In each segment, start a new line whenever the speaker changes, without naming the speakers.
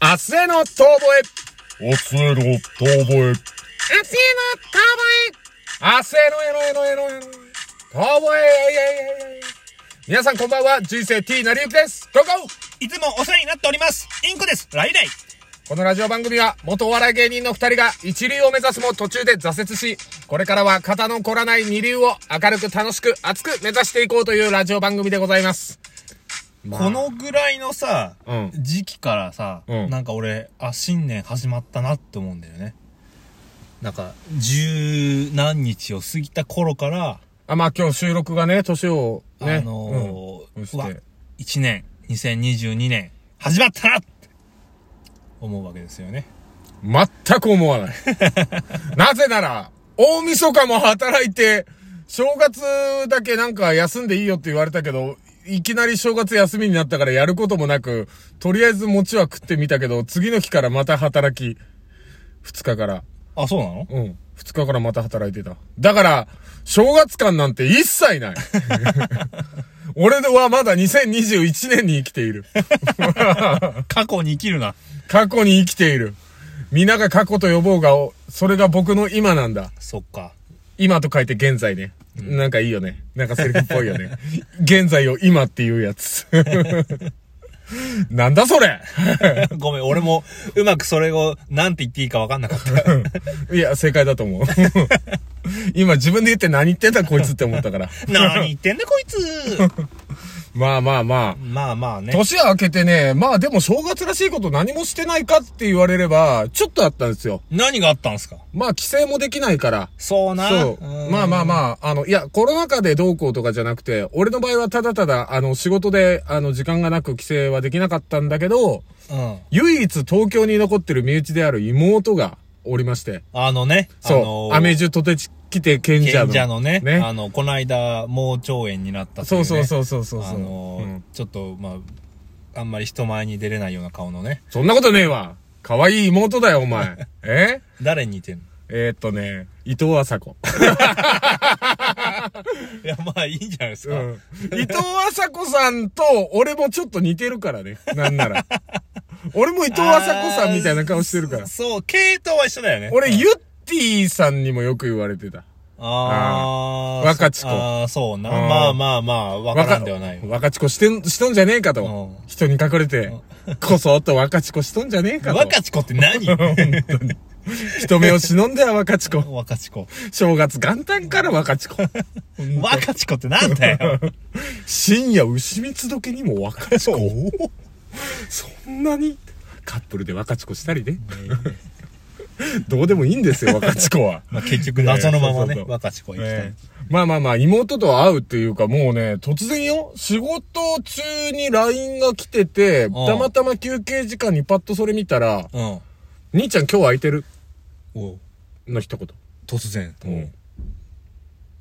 明日への遠吠え。明日への遠吠え。明日への遠吠え。明日へのへのへのへのへの。遠吠え。いやいやいやいや皆さんこんばんは、人生 T なりゆきです。ゴーゴー
いつもお世話になっております。インコです。ライライ。
このラジオ番組は元お笑い芸人の二人が一流を目指すも途中で挫折し、これからは肩の凝らない二流を明るく楽しく熱く目指していこうというラジオ番組でございます。まあ
こ、のぐらいのさ、
うん
時期からさ、
うん
なんか俺、あ、新年始まったなって思うんだよね。なんか、十何日を過ぎた頃から、
あ、まあ今日収録がね、年をね、
あのー
うん
う
そ
わ
して、
1年、2022年、始まったなって思うわけですよね。
全く思わない。なぜなら、大晦日も働いて、正月だけなんか休んでいいよって言われたけど、いきなり正月休みになったからやることもなく、とりあえず餅は食ってみたけど、次の日からまた働き、二日から。
あ、そうなの
うん。二日からまた働いてた。だから、正月感なんて一切ない。俺はまだ2021年に生きている。
過去に生きるな。
過去に生きている。皆が過去と呼ぼうが、おそれが僕の今なんだ。
そっ か。
今と書いて現在ね。なんかいいよね。なんかセリフっぽいよね。現在を今っていうやつ。 なんだそれ
ごめん、俺も、うまくそれを、なんて言っていいかわかんなかった。
いや、正解だと思う。 今自分で言って何言ってんだこいつって思ったから。
何言ってんだこいつ
まあまあまあ。
まあまあね。
年明けてね、まあでも正月らしいこと何もしてないかって言われれば、ちょっとあったんですよ。
何があったんすか
まあ帰省もできないから。
そうな。
そう。まあまあ
あ。
まあ、あの、いや、コロナ禍でどうこうとかじゃなくて、俺の場合はただただ、あの、仕事で、あの、時間がなく帰省はできなかったんだけど、
うん。
唯一東京に残ってる身内である妹がおりまして、
あのね。
そう、
あ
ア
の
メ
ー、
ジュとてち来て賢者の。
賢者のね。
ね
あの、こないだ、盲腸炎になったってい
そう
ね、
うそうそうそうそう。
あのー
うん
ちょっと、まあ、あんまり人前に出れないような顔のね。
そんなことねえわ。可愛い妹だよ、お 前。え
誰に似てんの
えー、っとね、伊藤麻子。
いや、まあいいんじゃないですか。
うん伊藤麻子さんと俺もちょっと似てるからね。なんな ら。俺も伊藤麻子さんみたいな顔してるから
あー。そそう、系統は一緒だよね。
俺、
うん
ユッティさんにもよく言われてた。
あー。
若智子
あー、そうな。
うん
まあまあまあ、わからんではない
若。若ちこしてん、しとんじゃねえかと
う。ん
人に隠れて、こそっと若ちこしとんじゃねえかと。
若智子って何
人目を忍んでは若ちこ。
若智子。
正月元旦から若ちこ。
若智子ってなんだよ。
深夜牛蜜時にも若ちこ。そんなにカップルで若ちこしたりね。どうでもいいんですよ、若ちこは。
まあ結局謎のまま
ええそうそう
ね
そ、う
若智子は行きたい。
ええまあまあまあ、妹と会うっていうか、もうね、突然よ、仕事中に LINE が来てて、
ん
たまたま休憩時間にパッとそれ見たら、
うん。
兄ちゃん今日空いてる
お
の一言。
突然。
うん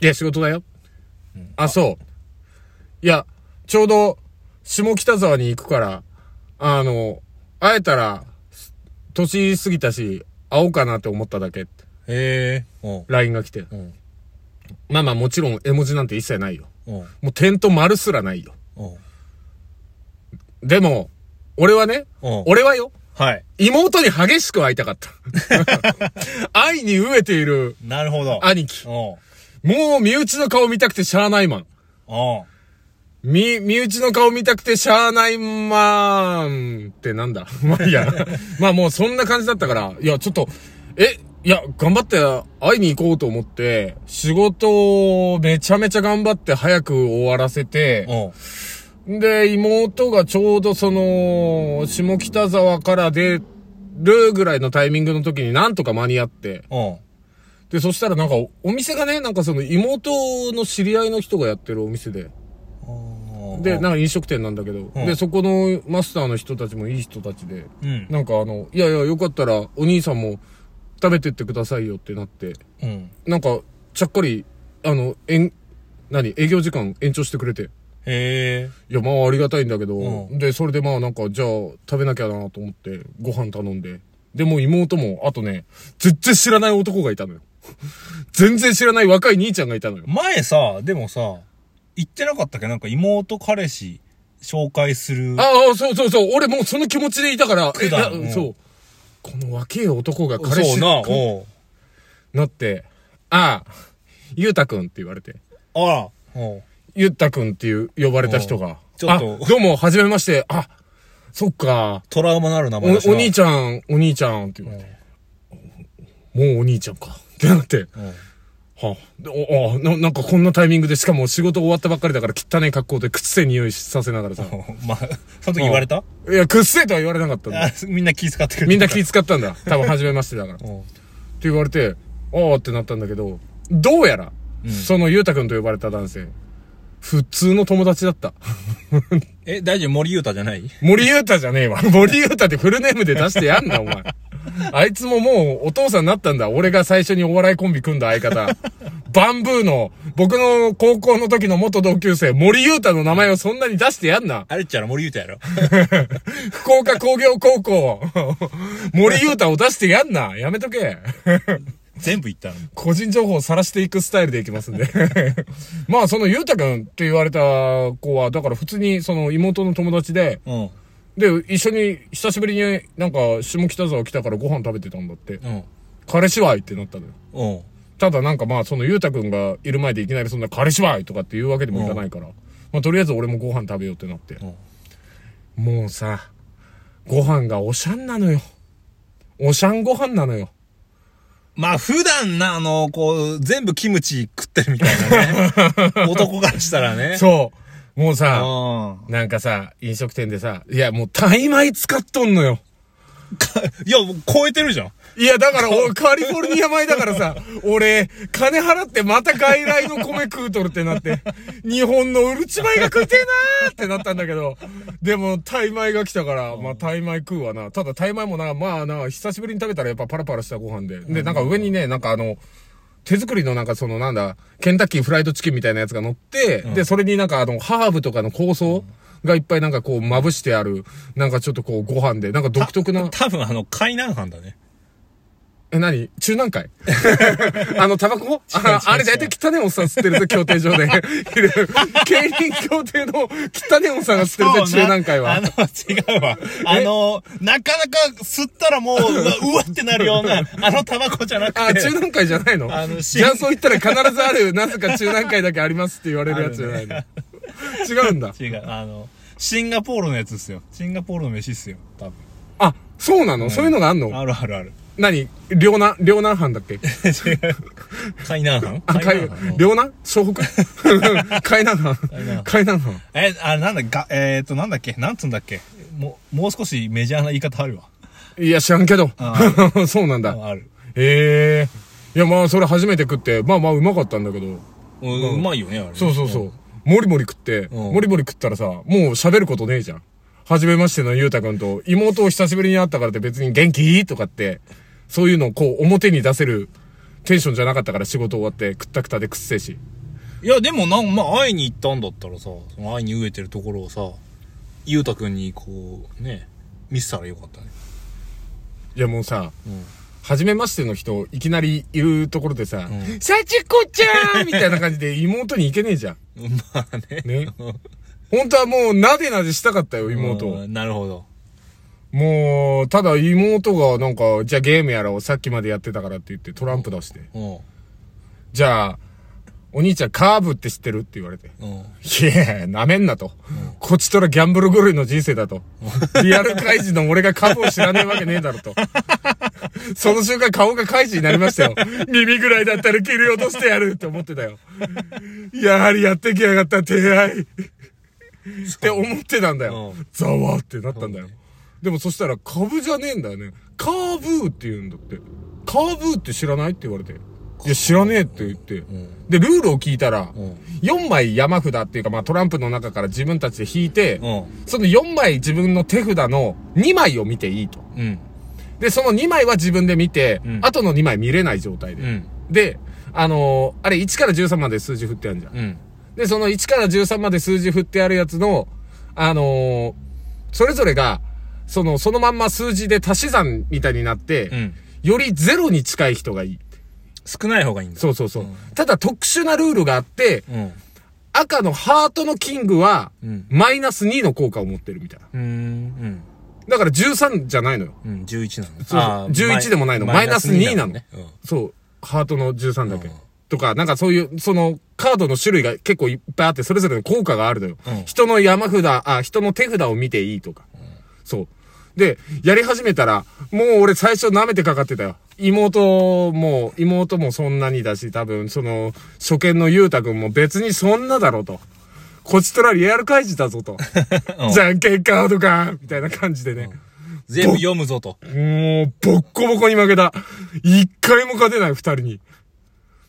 いや、仕事だよ。あ、そう。いや、ちょうど、下北沢に行くから、あの、会えたら、年過ぎたし、会おうかなって思っただけって。
へえ。うん。
LINE が来て。
うん。
まあまあもちろん絵文字なんて一切ないよ。
うん。
もう点と丸すらないよ。
うん。
でも、俺はね、
うん
俺はよ、
はい。
妹に激しく会いたか った。愛に飢えている
なるほど。
兄貴。
うん。
もう身内の顔見たくてしゃあないマン。
うん。
み、身内の顔見たくてしゃあないマンってなんだ まあいい や。まあもうそんな感じだったから、いやちょっと、え、いや、頑張って会いに行こうと思って、仕事をめちゃめちゃ頑張って早く終わらせて、
うん。
で、妹がちょうどその、下北沢から出るぐらいのタイミングの時になんとか間に合って。
うん。
で、そしたらなんかお、お店がね、なんかその妹の知り合いの人がやってるお店で。
うん
で、なんか飲食店なんだけど。
うん
で、そこのマスターの人たちもいい人たちで。
うん。
なんかあの、いやいや、よかったらお兄さんも食べてってくださいよってなって。
うん。
なんか、ちゃっかり、あの、えん、何営業時間延長してくれて。
へえ。
いや、まあありがたいんだけど、
うん
で、それでまあなんか、じゃあ食べなきゃなと思って、ご飯頼んで。で、もう妹も、あとね、全然知らない男がいたのよ。 全然知らない若い兄ちゃんがいたのよ。
前さ、でもさ、言ってなかったっけなんか妹彼氏紹介する。
ああ、そうそうそう。俺もうその気持ちでいたから、
普段
えな
うん
そう。この若え男が彼
そう
氏
な、
に
おう
なって、ああ、ゆうたくんって言われて。
あら、おう
ゆったくんっていう呼ばれた人が。
ちょっと
あ、どうも、はじめまして。あ、そっか。
トラウマのある名
お
前だしな
お兄ちゃん、お兄ちゃんって言われて。もうお兄ちゃんか。ってなって。
うん
はあ、でおあな、なんかこんなタイミングで、しかも仕事終わったばっかりだから汚い格好でくっせえ匂いさせながらさ。
まあ、その時言われた
いや、くっせえとは言われなかったん だ。
あみんな気遣ってくれてた
みんな気使ったんだ。多分、はじめましてだから。って
うん
言われて、ああってなったんだけど、どうやら、そのゆうたくんと呼ばれた男性、普通の友達だった。
え、大臣森裕太じゃない
森裕太じゃねえわ。 森裕太ってフルネームで出してやんな、お前。あいつももうお父さんになったんだ。俺が最初にお笑いコンビ組んだ相方。バンブーの、僕の高校の時の元同級生、森裕太の名前をそんなに出してやんな。
あれっちゃら森裕太 やろ
福岡工業高校、 森裕太を出してやんな。やめとけ。
全部言ったの。
個人情報を晒していくスタイルでいきますんで。 まあ、その裕太くんって言われた子は、だから普通にその妹の友達で、
うん。
で、一緒に、久しぶりになんか、下北沢来たからご飯食べてたんだって。
うん。
彼氏はいってなったのよ。
うん。
ただなんかまあ、その、ゆうたくんがいる前でいきなりそんな彼氏はいとかって言うわけでもいかないから。まあ、とりあえず俺もご飯食べようってなって。もうさ、ご飯がおしゃんなのよ。おしゃんご飯なのよ。
まあ普段な、あの、こう、全部キムチ食ってるみたいなね。 男からしたらね。
そう。もうさ、
う
なんかさ、飲食店でさ、いやもう大米使っとんのよ。
ん。いや、もう超えてるじゃん。
いや、だから、俺、カリフォルニア米だからさ、俺、金払ってまた外来の米食うとるってなって、日本のうるち米が食いてえなーってなったんだけど、でも、タイ米が来たから、まあ、タイ米食うわな。ただ、タイ米もな、まあな、久しぶりに食べたらやっぱパラパラしたご飯で。で、なんか上にね、なんかあの、手作りのなんかそのなんだ、ケンタッキーフライドチキンみたいなやつが乗って、で、それになんかあの、ハーブとかの香草がいっぱいなんかこう、まぶしてある、なんかちょっとこう、ご飯で、なんか独特な。
多分あの、海南藩だね。
え、何中南 海あの、タバコああれ大体汚ねおっさん吸ってると協定上 で。いる競輪協定の汚ねおっさんが吸ってると中南海
あ
は
の。、違うわ。あの、なかなか吸ったらもう、うわうわってなるよう な、あのタバコじゃなくて。
あ、中南海じゃないの
あの
ジャンソー行ったら必ずある、なぜか中南海だけありますって言われるやつじゃ ないの。違うんだ。
違う、あの、シンガポールのやつっすよ。シンガポールの飯っすよ。多分。
あ、そうなの、そういうのがあんの
あるあるあ る。
何両南、両南藩だっけ
違う。海南藩
あ、海
藩の
両南湘北 海南藩
南。
海南藩。
え、あ、なんだ、が、えっ、ー、と、なんだっけなんつうんだっけもう、もう少しメジャーな言い方あるわ。
いや、知らんけど。 そうなんだ。
あある。
ええいや、まあ、それ初めて食って、まあまあ、うまかったんだけど。
ううまいよね、あれ。
そうそうそう。もりもり食って、
うん
もりもり食ったらさ、もう喋ることねえじゃん。初めましてのゆうたくんと、妹を久しぶりに会ったからって別に元気とかって、そういうのをこう、表に出せるテンションじゃなかったから仕事終わって、くったくたでくっせえし。
いや、でもなん、まあ、会いに行ったんだったらさ、その会いに飢えてるところをさ、ゆうたくんに、こう、ね、見せたらよかったね。
いや、もうさ、
うん。
初めましての人、いきなりいるところでさ
う、
幸子ちゃんみたいな感じで妹に行けねえじゃん。
まあね。
ね。本当はもう、なでなでしたかったよ、妹を。
うんなるほど。
もう、ただ妹がなんか、じゃあゲームやろう、さっきまでやってたからって言ってトランプ出して。
う
じゃあ、お兄ちゃんカーブって知ってるって言われて。
ん。うん。
いや、なめんなと。こっちとらギャンブル狂いの人生だと。リアル怪人の俺がカーブを知らねえわけねえだろと。その瞬間顔が怪人になりましたよ。耳ぐらいだったら切り落としてやるって思ってたよ。やはりやってきやがった手合い。って思ってたんだよ
うん。
ざわってなったんだよ。でもそしたら、カブじゃねえんだよね。カーブーって言うんだって。カーブーって知らないって言われて。いや、知らねえって言って。
ん
で、ルールを聞いたら、
ん
4枚山札っていうか、まあトランプの中から自分たちで引いて、
うん。
その4枚自分の手札の2枚を見ていいと。
うん。
で、その2枚は自分で見て、
うん
後の2枚見れない状態で。
うん。
で、あのーあれ1から13まで数字振ってあるじゃん。
うん。
で、その1から13まで数字振ってあるやつの、あのーそれぞれが、その、そのまんま数字で足し算みたいになって、
うん。
よりゼロに近い人がいい。
少ない方がいいんだ。
そうそうそう。ただ特殊なルールがあって、
うん。
赤のハートのキングは、
うん。
マイナス2の効果を持ってるみたいな。
うーん。
だから13じゃないのよ。
うん。うん、11なの。
そう
あー
11でもないのマイナス2なの
ね。うん。
そう。ハートの13だけ。
うん
とか、なんかそういう、その、カードの種類が結構いっぱいあって、それぞれの効果があるのよ。
うん
人の山札、あ、人の手札を見ていいとか。そう。で、やり始めたら、もう俺最初舐めてかかってたよ。妹も、妹もそんなにだし、多分、その、初見のゆうたくんも別にそんなだろうと。こちとらリアル開示だぞと。じゃんけんカードかみたいな感じでね。
全部読むぞと。
もう、ボッコボコに負けた。一回も勝てない、二人に。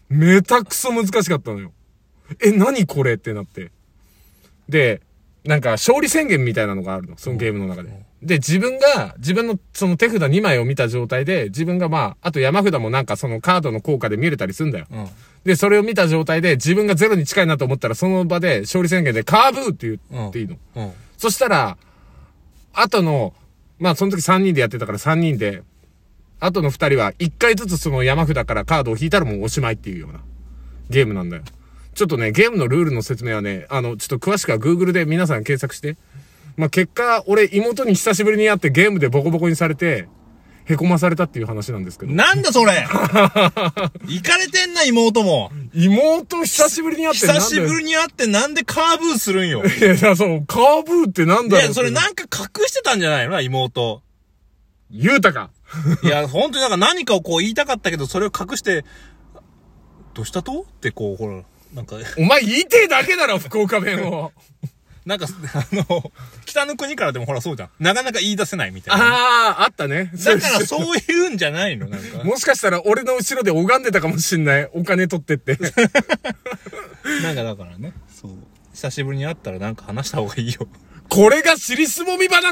めたくそ難しかったのよ。え、何これってなって。で、なんか、勝利宣言みたいなのがあるの。そのゲームの中で。で、自分が、自分のその手札2枚を見た状態で、自分がまあ、あと山札もなんかそのカードの効果で見れたりすんだよ。
うん。
で、それを見た状態で、自分がゼロに近いなと思ったら、その場で勝利宣言でカーブーって言っていいの。
うん。
そしたら、後の、まあその時3人でやってたから3人で、後の2人は1回ずつその山札からカードを引いたらもうおしまいっていうようなゲームなんだよ。ちょっとね、ゲームのルールの説明はね、あの、ちょっと詳しくは Google で皆さん検索して。まあ結果、俺妹に久しぶりに会ってゲームでボコボコにされて、凹まされたっていう話なんですけど。
なんだそ れ行かれてんな、妹も。
妹久しぶりに会って
久しぶ
り
りに会ってなんでカーブーす るんよ。い
いや、そう、カーブーってなんだろうって
や、それなんか隠してたんじゃないのな、妹。
言うたか。
いや、本当になんか何かをこう言いたかったけど、それを隠して、どうしたとってこう、ほら、なんか、
お前言いてえだけだろ、福岡弁を。
なんか、あの、北の国からでもほらそうじゃん。なかなか言い出せないみたいな。
ああ、あったね。
だからそういうんじゃないのなんか。
もしかしたら俺の後ろで拝んでたかもしんない。お金取ってって。
なんかだからね。そう。久しぶりに会ったらなんか話した方がいいよ。
これが尻すぼみ話